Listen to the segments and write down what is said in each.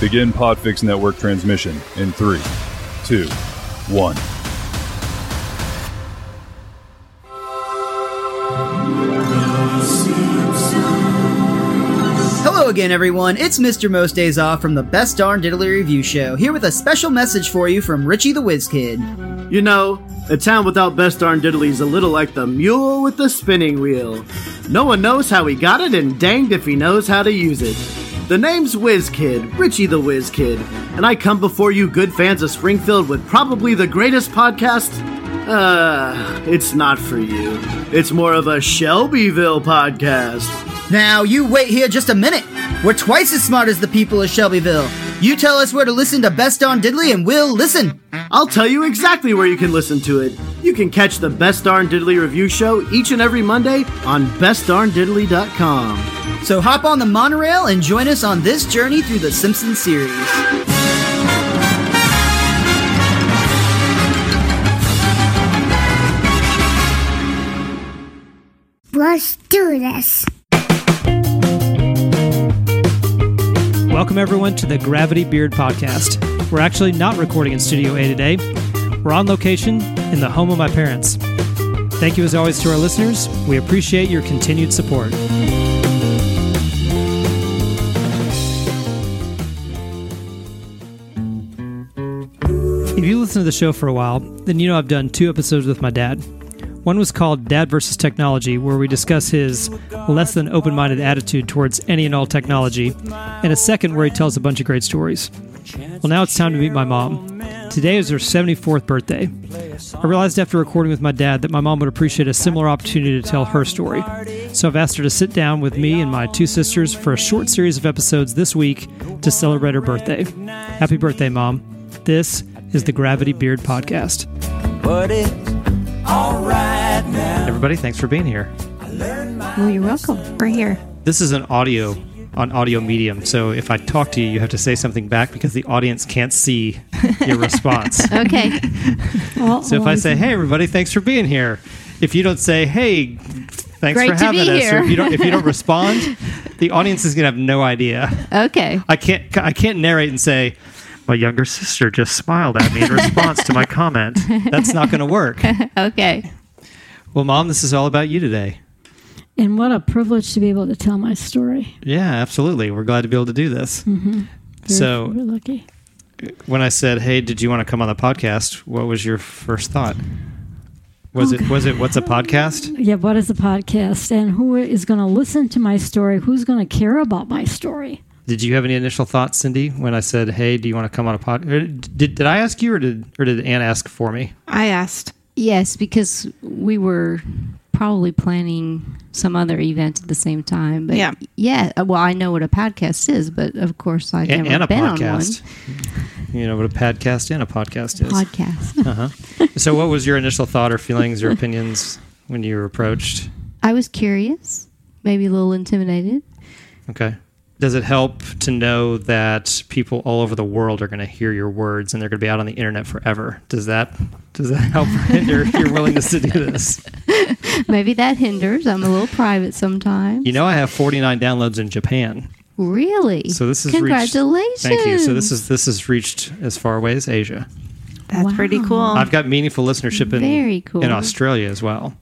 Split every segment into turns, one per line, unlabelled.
Begin Podfix Network transmission in three, two, one.
Hello again, everyone. It's Mr. Most Days Off from the Best Darn Diddly Review Show, here with a special message for you from Richie the Whiz Kid.
You know, a town without best darn diddly is a little like the mule with the spinning wheel. No one knows how he got it, and danged if he knows how to use it. The name's Whiz Kid, Richie the Whiz Kid, and I come before you, good fans of Springfield, with probably the greatest podcast. Uh, it's not for you. It's more of a Shelbyville podcast.
Now, you wait here just a minute. We're twice as smart as the people of Shelbyville. You tell us where to listen to Best Darn Diddly, and we'll listen.
I'll tell you exactly where you can listen to it. You can catch the Best Darn Diddly review show each and every Monday on bestdarndiddly.com.
So hop on the monorail and join us on this journey through the Simpsons series.
Let's do this.
Welcome, everyone, to the Gravity Beard Podcast. We're actually not recording in Studio A today. We're on location in the home of my parents. Thank you, as always, to our listeners. We appreciate your continued support. If you listen to the show for a while, then you know I've done two episodes with my dad. One was called Dad versus Technology, where we discuss his less than open minded attitude towards any and all technology, and a second where he tells a bunch of great stories. Well, now it's time to meet my mom. Today is her 74th birthday. I realized after recording with my dad that my mom would appreciate a similar opportunity to tell her story. So I've asked her to sit down with me and my two sisters for a short series of episodes this week to celebrate her birthday. Happy birthday, Mom. This is the Gravity Beard Podcast.
but it's alright now.
Everybody, thanks for being here.
Well, you're welcome. We're here.
This is an audio on audio medium, so if I talk to you, you have to say something back because the audience can't see your response.
Okay. well,
so if I say, "Hey, everybody, thanks for being here," if you don't say, "Hey, thanks
Great
for
to
having
be
us," or
here.
if you don't if you don't respond, the audience is gonna have no idea.
okay.
I can't I can't narrate and say. My younger sister just smiled at me in response to my comment. That's not going to work.
Okay.
Well, mom, this is all about you today.
And what a privilege to be able to tell my story.
Yeah, absolutely. We're glad to be able to do this.
Very-
So-
very lucky.
when I said, "Hey, did you want to come on the podcast?" What was your first thought? Was it was it what's a podcast?
Yeah, what is a podcast and who is going to listen to my story? Who's going to care about my story?
Did you have any initial thoughts, Cindy, when I said, "Hey, do you want to come on a pod?" or Did did I ask you, or did or did Ann ask for me?
I asked. Yes, because we were probably planning some other event at the same time. But
Yeah.
Yeah. uh, Well, I know what a podcast is, but of course I've
A-
never
and a
been
podcast. You know what a podcast and a podcast
on one.
is.
Podcast.
so, what was your initial thought or feelings or opinions when you were approached?
I was curious, maybe a little intimidated.
Okay. Does it help to know that people all over the world are going to hear your words and they're going to be out on the internet forever? Does that does that help hinder your willingness to do this?
Maybe that hinders. I'm a little private sometimes.
You know, I have 49 downloads in Japan.
really?
So this is
congratulations.
Reached, thank you. So this is this is reached as far away as Asia.
That's pretty cool.
I've got meaningful listenership in
Very cool.
in Australia as well.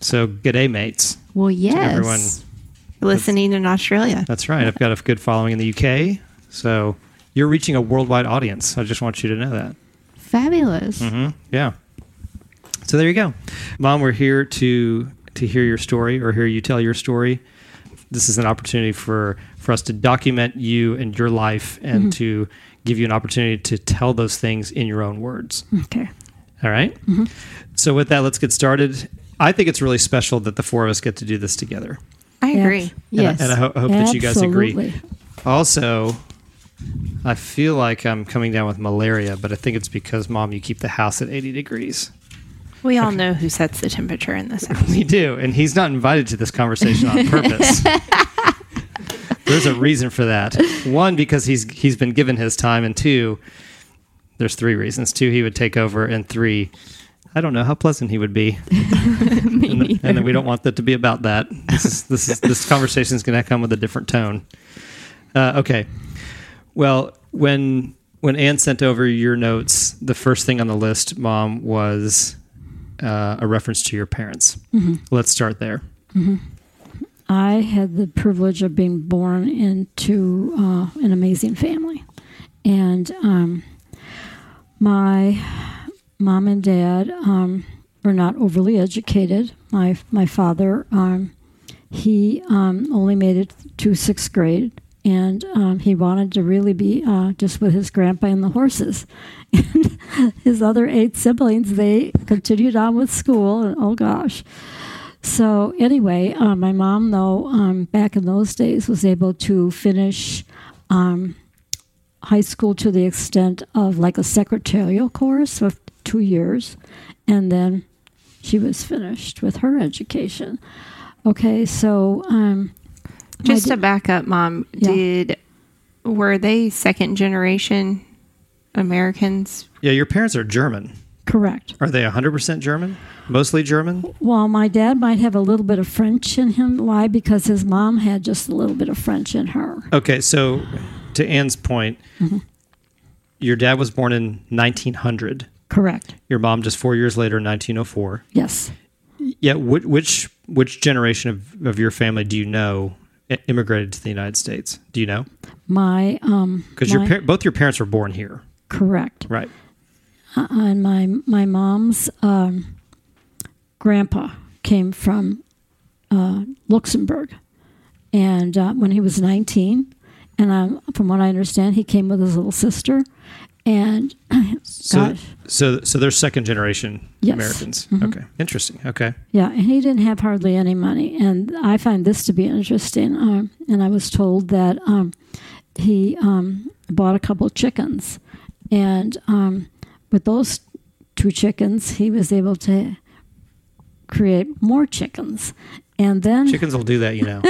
So good day, mates.
well, yes.
everyone.
Listening in Australia.
That's right. I've got a good following in the UK. So you're reaching a worldwide audience. I just want you to know that.
Fabulous.
Mm-hmm. Yeah. So there you go, Mom. We're here to to hear your story or hear you tell your story. This is an opportunity for for us to document you and your life, and to give you an opportunity to tell those things in your own words.
Okay.
All right? So with that, let's get started. I think it's really special that the four of us get to do this together,
I
Yeah.
agree.
Yes.
and I, ho- hope that you guys agree.
Absolutely.
Also, I feel like I'm coming down with malaria, but I think it's because, Mom, you keep the house at 80 degrees.
We all know who sets the temperature in this house.
We do, and he's not invited to this conversation on purpose. there's a reason for that. One, because he's he's been given his time, and two, there's three reasons. Two, he would take over, and three, I don't know how pleasant he would be. and, th- and then we don't want that to be about that. This is this is this conversation is going to come with a different tone. Uh, okay, well, when when Anne sent over your notes, the first thing on the list, Mom, was uh, a reference to your parents.
Mhm.
Let's start there.
I had the privilege of being born into uh, an amazing family, and um, my mom and dad um, were not overly educated. My my father, um, he um, only made it to sixth grade, and um, he wanted to really be uh, just with his grandpa and the horses. And his other eight siblings, they continued on with school, and oh gosh. So anyway, uh, my mom, though, um, back in those days, was able to finish um, high school to the extent of like a secretarial course of two years, and then she was finished with her education. Okay, so um, my
Just
da-
to back up, mom,
Yeah.
did were they second generation Americans?
Yeah, your parents are German.
correct.
Are they 100% German? Mostly German?
Well, my dad might have a little bit of French in him. Why? Because his mom had just a little bit of French in her.
Okay, so to Anne's point, your dad was born in 1900.
Correct.
Your mom just four years later, 1904.
Yes.
Yeah, which which, which generation of, of your family do you know i- immigrated to the United States? Do you know?
My um.
Because your
my-
par- both your parents were born here,
Correct.
right?
Uh, and my my mom's um, grandpa came from uh, Luxembourg, and uh, when he was 19, and um, from what I understand, he came with his little sister, and
So,
gosh,
so, so they're second generation
Yes.
Americans.
Mhm.
Okay, interesting. Okay,
Yeah, and he didn't have hardly any money, and I find this to be interesting. Um, and I was told that um, he um, bought a couple chickens, and um, with those two chickens, he was able to create more chickens. And then
chickens will do that, you know.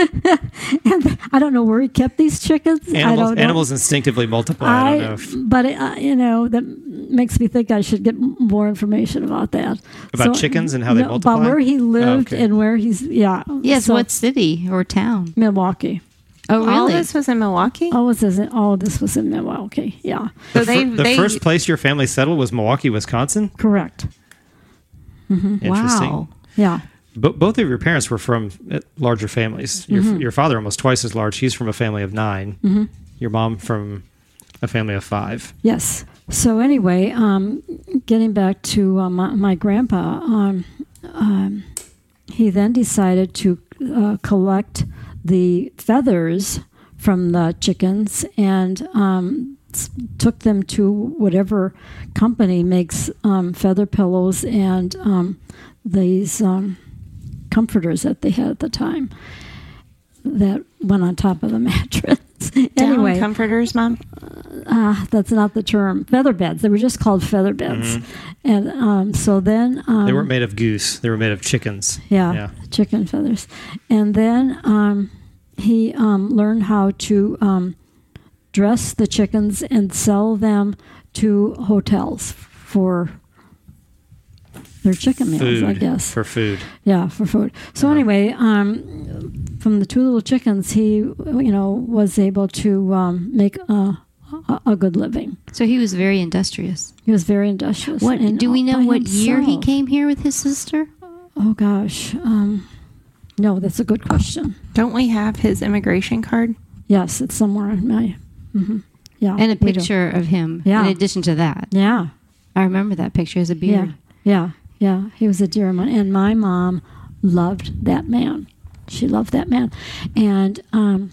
I don't know where he kept these chickens. I
Animals,
don't know.
animals instinctively multiply. I, don't know if,
but uh, you know that makes me think I should get m- more information about that.
About chickens and how they multiply?
About where he
Oh,
lived
okay.
and where he's yeah.
Yes, what city or town?
Milwaukee.
Oh,
All
really?
this was in Milwaukee.
All this is in, all this was in Milwaukee. Yeah,
So
the,
they,
fir- the
they
first place your family settled was Milwaukee, Wisconsin.
correct.
Interesting.
Wow.
Yeah,
But both of your parents were from uh, larger families. Your,
Mm-hmm.
your father almost twice as large. He's from a family of 9 Your mom from a family of five.
yes. So anyway, um, getting back to uh, my, my grandpa, um, um, he then decided to uh, collect the feathers from the chickens and um, s- took them to whatever company makes um, feather pillows and um, these um, comforters that they had at the time that went on top of the mattress.
down
anyway,
comforters, mom.
uh, that's not the term. Feather beds. They were just called feather beds.
Mm-hmm.
And um, so then. Um,
they weren't made of goose. They were made of chickens.
yeah,
Yeah.
chicken feathers. And then um, he um, learned how to um, dress the chickens and sell them to hotels for their chicken meals,
Food
I guess.
for Uh-huh. food.
yeah, for food. So anyway, um, from the two little chickens, he you know was able to um, make a, a, a good living.
So he was very industrious.
He was very industrious.
What
and
do we
all
know?
by
What year he
himself.
came here with his sister?
Oh gosh, um, no, that's a good question.
Don't we have his immigration card?
Yes, it's somewhere in my. hmm Yeah.
And a
we do.
picture of him.
Yeah.
In addition to that,
Yeah.
I remember that picture as a beard.
Yeah. Yeah. Yeah. He was a dear of mine. And my mom loved that man. She loved that man. And um,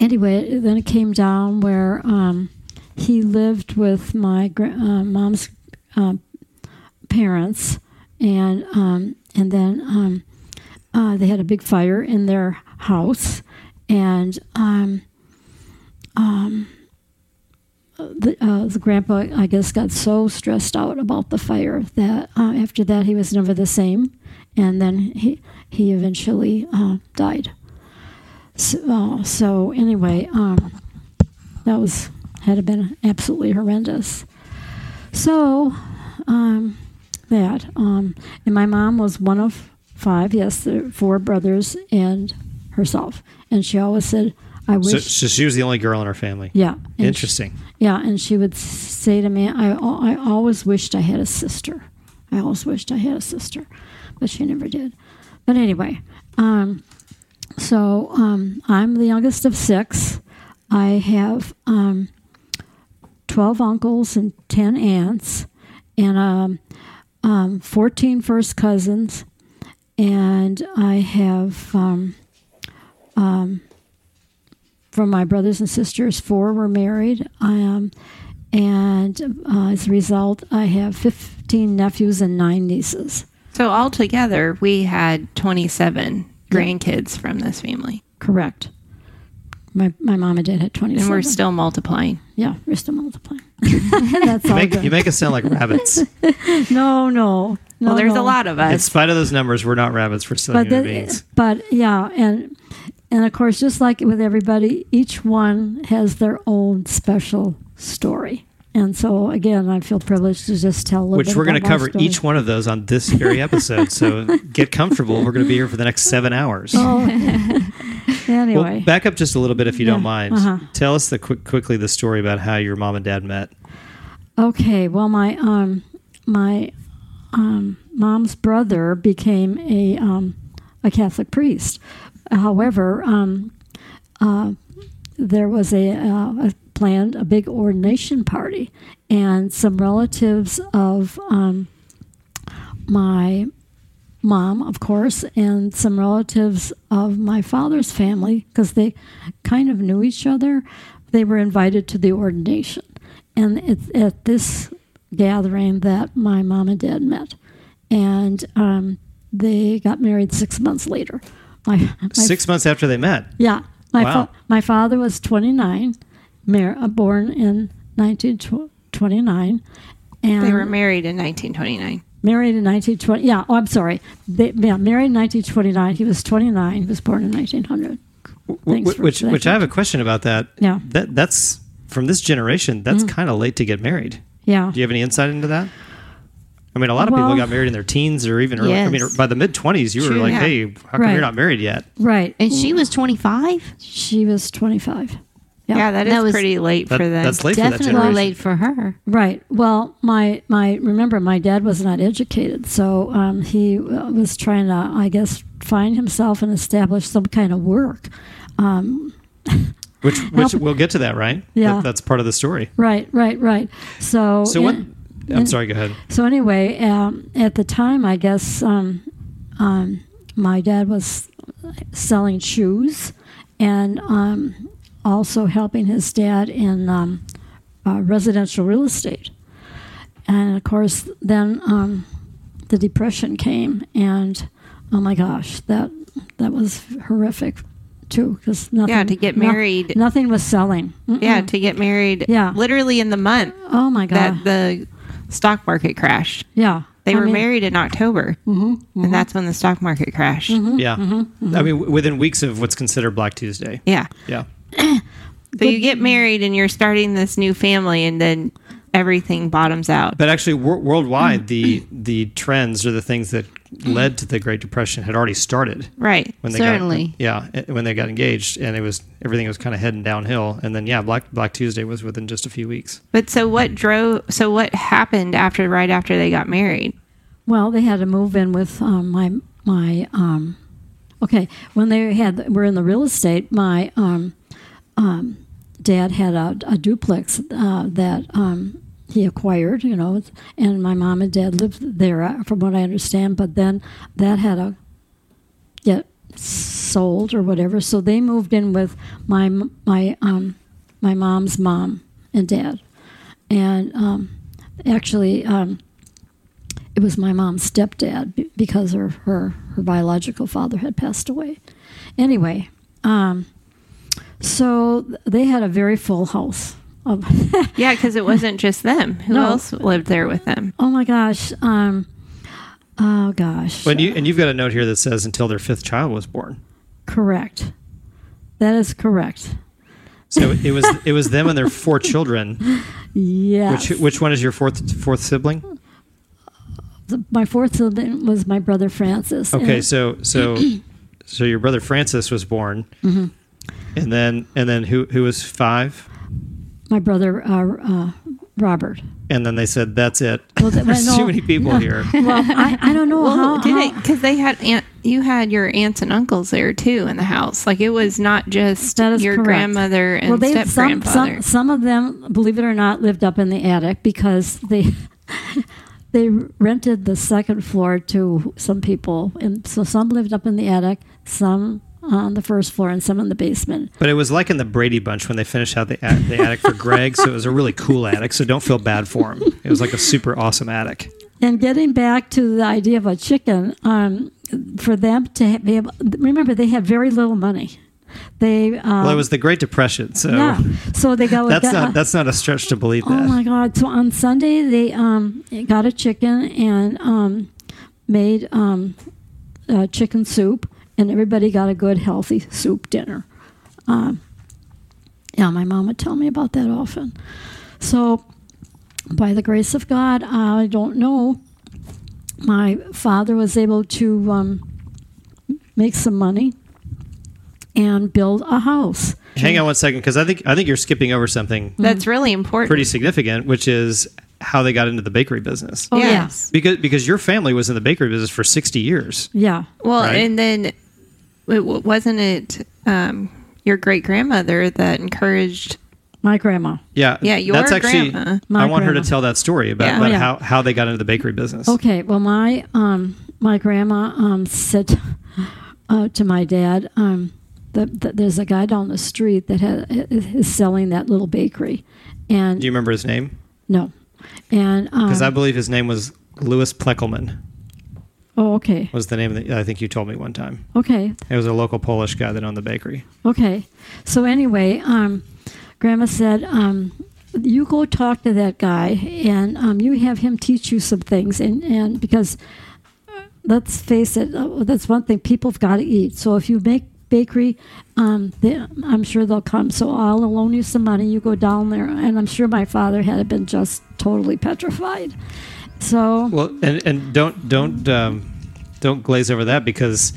anyway, then it came down where um, he lived with my gra- uh, mom's um parents. And, um, and then um, uh, they had a big fire in their house. And um, the, uh, the grandpa, I guess, got so stressed out about the fire that uh, after that he was never the same, and then he he eventually uh, died. So, uh, so anyway, um, that was had been absolutely horrendous. So um, that um, and my mom was one of five. Yes, there were four brothers and herself, and she always said, I
So,
wish.
so she was the only girl in her family.
yeah. and she-
Interesting.
yeah, and she would say to me, I, al- I always wished I had a sister. I always wished I had a sister, but she never did. But anyway, um, so um, I'm the youngest of six. I have um, 12 uncles and 10 aunts, and um, um, 14 first cousins, and I have. Um, um, from my brothers and sisters, four were married. Um, and uh, as a result, I have 15 nephews and nine nieces.
So altogether, we had 27 grandkids from this family.
Correct. My, my mom and dad had 27.
And we're still multiplying.
Yeah, we're still multiplying. That's
You
all
make,
good.
you make us sound like rabbits.
no, no, no.
well, there's
no.
a lot of
In
us.
spite of those numbers, we're not rabbits. We're still human
that- uh,
beings.
But yeah, and and of course, just like with everybody, each one has their own special story. And so, again, I feel privileged to just tell a little
Which
bit
we're going to
about my
cover
story.
each one of those on this very episode. so get comfortable. We're going to be here for the next seven hours.
Oh, Anyway,
Well, back up just a little bit if you
Yeah,
don't mind.
uh-huh.
Tell us the quick, quickly the story about how your mom and dad met.
Okay. Well, my um, my um, mom's brother became a um, a Catholic priest. However, um, uh, there was a, uh, a planned a big ordination party, and some relatives of um, my mom, of course, and some relatives of my father's family, because they kind of knew each other, they were invited to the ordination. And it's at this gathering that my mom and dad met. And um, they got married six months later. My, my
Six months after they met.
yeah. My,
Wow.
fa- my father was 29, mar- uh, born in 1929. And
They were married in 1929.
married in 1920. Yeah, oh, I'm sorry. They, yeah, married in 1929. He was 29. He was born in 1900.
Wh-
Thanks for
which,
that
which I have a question about that.
Yeah. Mm.
That that's from this generation. That's kind of late to get married.
Yeah.
Do you have any insight into that? I mean, a lot of
Well-
people got married in their teens or even early. I mean,
Yes.
by the mid twenties, you
True
were like,
that.
"Hey, how come
Right.
you're not married yet?"
Right.
And she was 25?
She was 25.
Yeah, that is
That was-
pretty late
That-
for them.
that's late for that
Definitely
generation.
late for her.
Right. Well, my my remember my dad was not educated, so um, he uh, was trying to, I guess, find himself and establish some kind of work.
Which which we'll get to that, right?
Yeah.
That, that's part of the story.
Right. Right. Right. So.
So what?
in-
I'm sorry. Go ahead.
So anyway, um, at the time, I guess um, um, my dad was selling shoes and um, also helping his dad in um, uh, residential real estate. And of course, then um, the depression came, and oh my gosh, that that was horrific too. Because nothing,
to get
no-
married.
nothing was selling. Mm-mm.
yeah, to get married
Yeah.
literally in the month
Oh my god.
that the stock market crashed.
yeah.
They
I
were
mean, Mm-hmm,
married in October, and that's when the stock market crashed.
Yeah. I mean, w- within weeks of what's considered Black Tuesday.
Yeah.
Yeah.
So you get married and you're starting this new family, and then everything bottoms out.
But actually, wor- worldwide, the the trends or the things that led to the Great Depression had already started.
right.
when they
Certainly.
got, yeah eh, when they got engaged and it was everything was kind of heading downhill and then yeah black black tuesday was within just a few weeks
But so what drove? So what happened after? Right after they got married?
Well, they had to move in with um, my my. Um, okay, when they had were in the real estate, my um, um, dad had a, a duplex uh, that um, he acquired, you know, and my mom and dad lived there, uh, from what I understand. But then that had a get sold or whatever, so they moved in with my m- my um, my mom's mom and dad, and um, actually. Um, it was my mom's stepdad be- because her her, her biological father had passed away. Anyway, um, so th- they had a very full house. Of
Yeah, because it wasn't just them. Who
No.
else lived there with them?
oh my gosh, um, oh gosh,
but you and you've got a note here that says until their fifth child was born
correct. That is correct.
so it was it was them and their four children
Yes,
which which one is your fourth fourth sibling
The- my fourth sibling was my brother Francis.
okay
and-
so so so your brother francis was born And then and then who who was five?
My brother, uh, uh, Robert.
And then they said that's it.
Well, th-
There's
well,
too
no.
many people
No.
here.
Well, I, I don't know
Well,
how.
did
how-
it because they had aunt, you had your aunts and uncles there too in the house. Like it was not just
That is
your
correct.
grandmother and
they-
step
some,
grandfather.
some, some of them, believe it or not, lived up in the attic because they they rented the second floor to some people, and so some lived up in the attic, some on the first floor, and some in the basement.
But it was like in the Brady Bunch when they finished out the, at- the attic for Greg, so it was a really cool attic. So don't feel bad for him. It was like a super awesome attic.
And getting back to the idea of a chicken, um, for them to ha- be able, remember they had very little money. They um,
Well, it was the Great Depression, so
yeah, so they got
that's
got-
not that's not a stretch to believe
Oh
that.
my God! So on Sunday they um, got a chicken and um, made um, uh, chicken soup, and everybody got a good healthy soup dinner. Um, yeah, my mom would tell me about that often. So, by the grace of God, I don't know. My father was able to um, make some money and build a house.
Hang on one second, because I think I think you're skipping over something
That's really important.
pretty significant, which is how they got into the bakery business.
yeah.
Oh, yes.
Because because your family was in the bakery business for sixty years.
Yeah.
Well,
Right.
and then it, w- wasn't it um, your great grandmother that encouraged?
My grandma.
Yeah,
Yeah, your
that's actually.
grandma.
My
I want her
grandma.
to tell that story about,
Yeah.
about
Oh, yeah.
how, how they got into the bakery business.
Okay. Well, my um, my grandma um, said uh, to my dad um, that, that there's a guy down the street that ha- is selling that little bakery, and
Do you remember his name?
no, and
Because I
um,
believe his name was Louis Pleckelman.
oh, okay,
Was the name that I think you told me one time.
okay,
It was a local Polish guy that owned the bakery.
okay. So anyway, um, Grandma said. Um, you go talk to that guy and um, you have him teach you some things and, and because uh, let's face it, uh, that's one thing people've got to eat. So if you make bakery, um, they, I'm sure they'll come. So I'll loan you some money. You go down there, and I'm sure my father had been just totally petrified. So
Well, and, and don't don't um, don't glaze over that because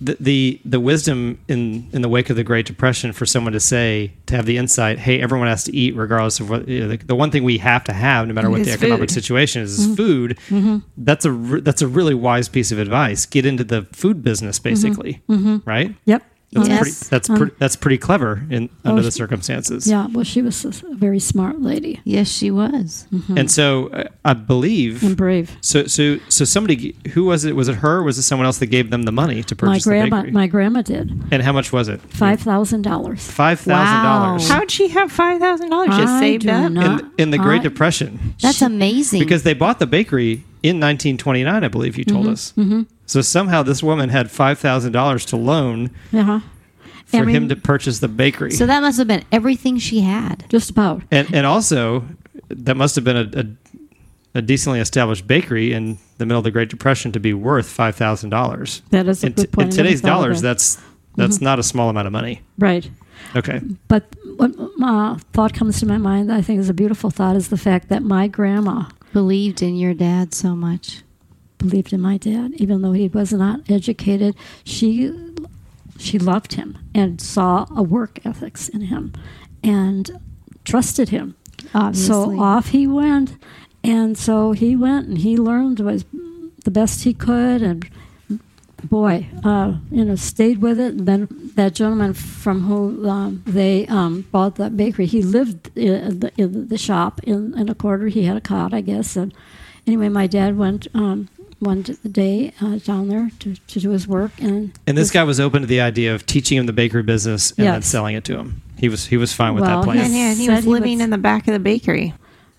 the, the the wisdom in in the wake of the Great Depression for someone to say to have the insight, hey, everyone has to eat regardless of what you know, the, the one thing we have to have, no matter what the
Is
economic
food. Mm-hmm.
situation is, is food. That's a re- that's a really wise piece of advice. Get into the food business,
Mm-hmm.
basically, right?
yep,
That's
Um, oh,
pretty. That's pre- that's pretty clever in under the circumstances.
yeah. Well, she was a very smart lady
Yes, she was.
And so uh, I believe
and brave.
So, so, so somebody g- who was it? Was it her? Or was it someone else that gave them the money to
My
purchase the
grandma,
bakery?
my grandma did
and how much was it?
five thousand dollars.
Five thousand dollars
How'd she have five thousand dollars just
I
saved
do
up?
not-
in, in the Great
I-
Depression
That's amazing.
because they bought the bakery in 1929, I believe you told us. Mm-hmm. So somehow this woman had five thousand dollars to loan
Uh-huh.
for
And we-
him to purchase the bakery,
so that must have been everything she had.
Just about.
and and also that must have been a. a a decently established bakery in the middle of the Great Depression to be worth five thousand dollars.
That is a
in,
good
t- in
point. I never
today's
thought of
dollars,
that. Mm-hmm.
that's that's not a small amount of money.
Right.
Okay.
But what uh, thought comes to my mind, that I think is a beautiful thought, is the fact that my grandma
Believed in your dad so much.
believed in my dad, even though he was not educated. She she loved him and saw a work ethics in him, and trusted him.
Obviously.
So off he went, and so he went and he learned was the best he could, and boy, uh, you know, stayed with it. And then that gentleman from who um, they um, bought that bakery, he lived in the, in the shop in, in a quarter. He had a cot, I guess. And anyway, my dad went um, one d- day uh, down there to, to do his work, and
And this guy was open to the idea of teaching him the bakery business and then
Yes.
selling it to him. He was he was fine with
Well,
that plan.
Yeah.
And, yeah, and he
Said
was
he would-
living in the back of the bakery.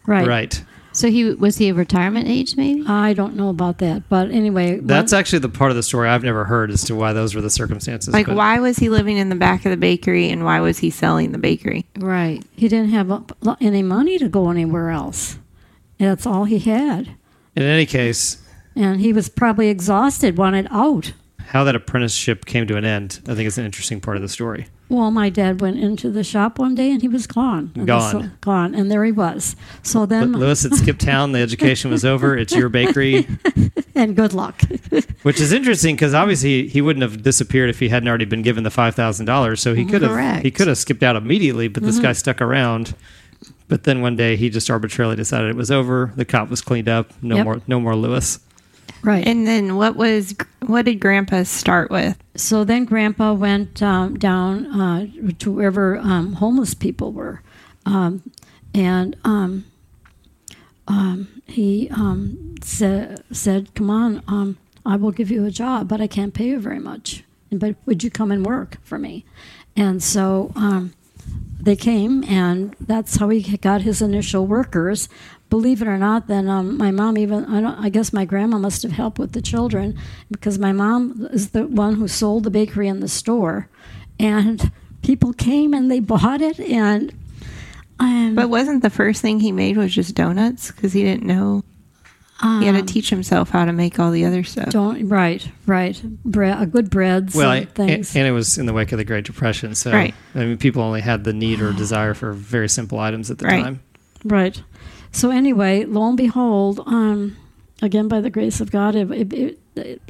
right.
Right.
So he was he of retirement age maybe?
I don't know about that, but anyway,
That's
one-
actually the part of the story I've never heard as to why those were the circumstances.
Like,
but-
why was he living in the back of the bakery, and why was he selling the bakery?
Right.
he didn't have a- any money to go anywhere else. And that's all he had,
In any case,
and he was probably exhausted, wanted out.
how that apprenticeship came to an end, I think is an interesting part of the story.
Well, my dad went into the shop one day and he was gone. And
Gone.
so- gone. And there he was. So
But
then,
Lewis had skipped town. The education was over. It's your bakery,
and good luck.
which is interesting because obviously he wouldn't have disappeared if he hadn't already been given the five thousand dollars. So he could have
Correct.
he could have skipped out immediately. But this
Mhm.
Mm-hmm.
guy stuck around. But then one day he just arbitrarily decided it was over. The cop was cleaned up. No
Yep.
more no more Lewis.
Right.
And then what was what did Grandpa start with?
So then Grandpa went um, down uh, to wherever um, homeless people were. Um, and um, um, he um, sa- said, Come on, um, I will give you a job, but I can't pay you very much. But would you come and work for me? And so um, they came, and that's how he got his initial workers. Believe it or not, then um, my mom even I don't I guess my grandma must have helped with the children because my mom is the one who sold the bakery in the store, and people came and they bought it and. Um,
But wasn't the first thing he made was just donuts because he didn't know he had to
Um,
teach himself how to make all the other stuff.
don't right, right. Bre- a good breads
Well,
and
and,
things.
and it was in the wake of the Great Depression, so
Right.
I mean, people only had the need or desire for very simple items at the
Right.
time.
Right. So anyway, lo and behold, um, again by the grace of God, it, it, it,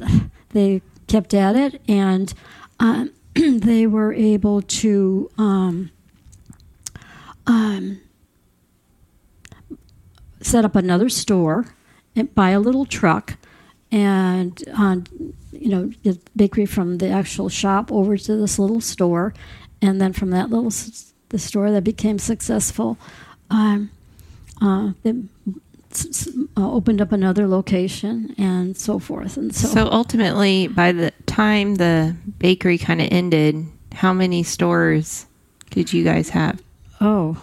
they kept at it, and um, they were able to um, um, set up another store and buy a little truck and uh, you know get bakery from the actual shop over to this little store and then from that little s- the store that became successful um, uh, they s- s- uh, opened up another location and so forth and so,
So, ultimately, by the time the bakery kind of ended, how many stores did you guys have?
oh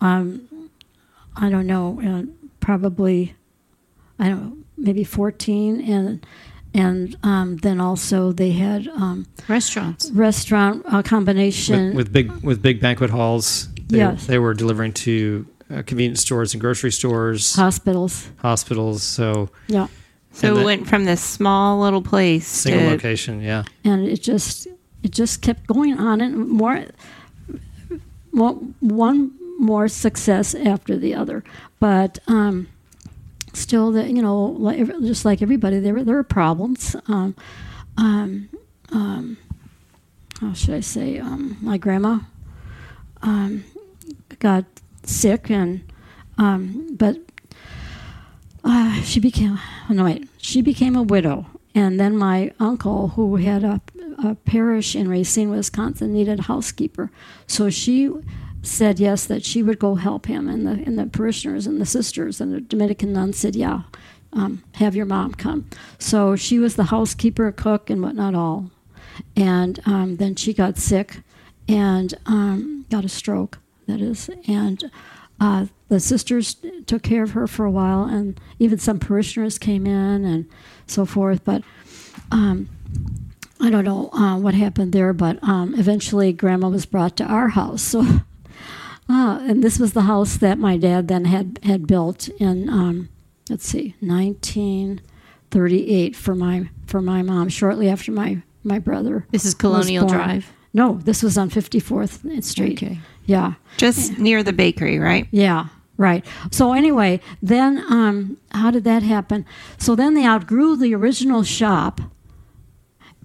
um, i don't know uh, probably i don't know maybe 14 and and um, then also they had um,
restaurants
restaurant uh, combination
With, with big with big banquet halls, they,
Yes.
they were delivering to uh, convenience stores and grocery stores,
hospitals
hospitals. So
yeah
So
And
it
that-
went from this small little place
single
to
location, yeah.
and it just it just kept going on and more well, one more success after the other but um still the you know like, ev- just like everybody there were there were problems um um um how should i say um my grandma um got sick and um but uh, she became oh, no wait she became a widow and then my uncle who had a, a parish in racine wisconsin needed a housekeeper so she said yes that she would go help him and the, and the parishioners and the sisters and the dominican nuns said yeah um, have your mom come so she was the housekeeper cook and whatnot all and um, then she got sick and um, got a stroke that is and uh, the sisters took care of her for a while and even some parishioners came in and so forth but um, i don't know uh, what happened there but um, eventually grandma was brought to our house so uh, and this was the house that my dad then had had built in um, let's see 1938 for my for my mom shortly after my my brother
This is
was
Colonial
born.
Drive?
no this was on 54th street
Okay.
yeah
just near the bakery, right?
yeah, right. So anyway, then um, how did that happen? So then they outgrew the original shop,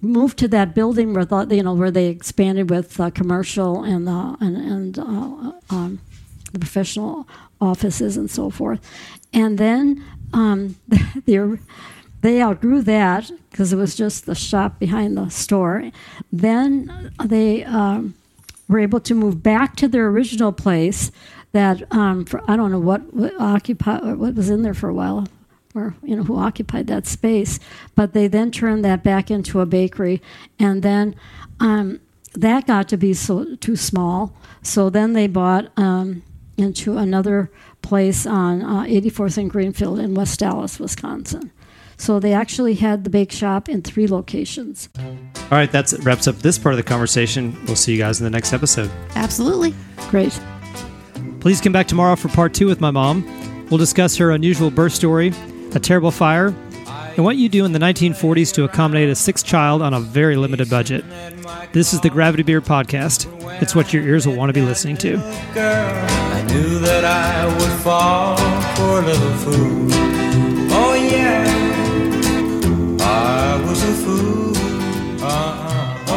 moved to that building where the, you know where they expanded with uh, commercial and the and, and uh, um, the professional offices and so forth, and then um, the they outgrew that because it was just the shop behind the store. Then they um, were able to move back to their original place that um, for, I don't know what, what occupied what was in there for a while or you know who occupied that space but they then turned that back into a bakery and then um, that got to be so too small so then they bought um, into another place on uh, 84th and greenfield in west dallas wisconsin so they actually had the bake shop in three locations
All right, that wraps up this part of the conversation. We'll see you guys in the next episode.
absolutely
great
Please come back tomorrow for part two with my mom. We'll discuss her unusual birth story, a terrible fire,
and what you do in the 1940s to accommodate a sixth child on a very limited budget. This is the Gravity Beer Podcast. It's what your ears will want to be listening to.
I knew that I would fall for a little fool. Oh yeah, I was a fool. Uh-huh. oh,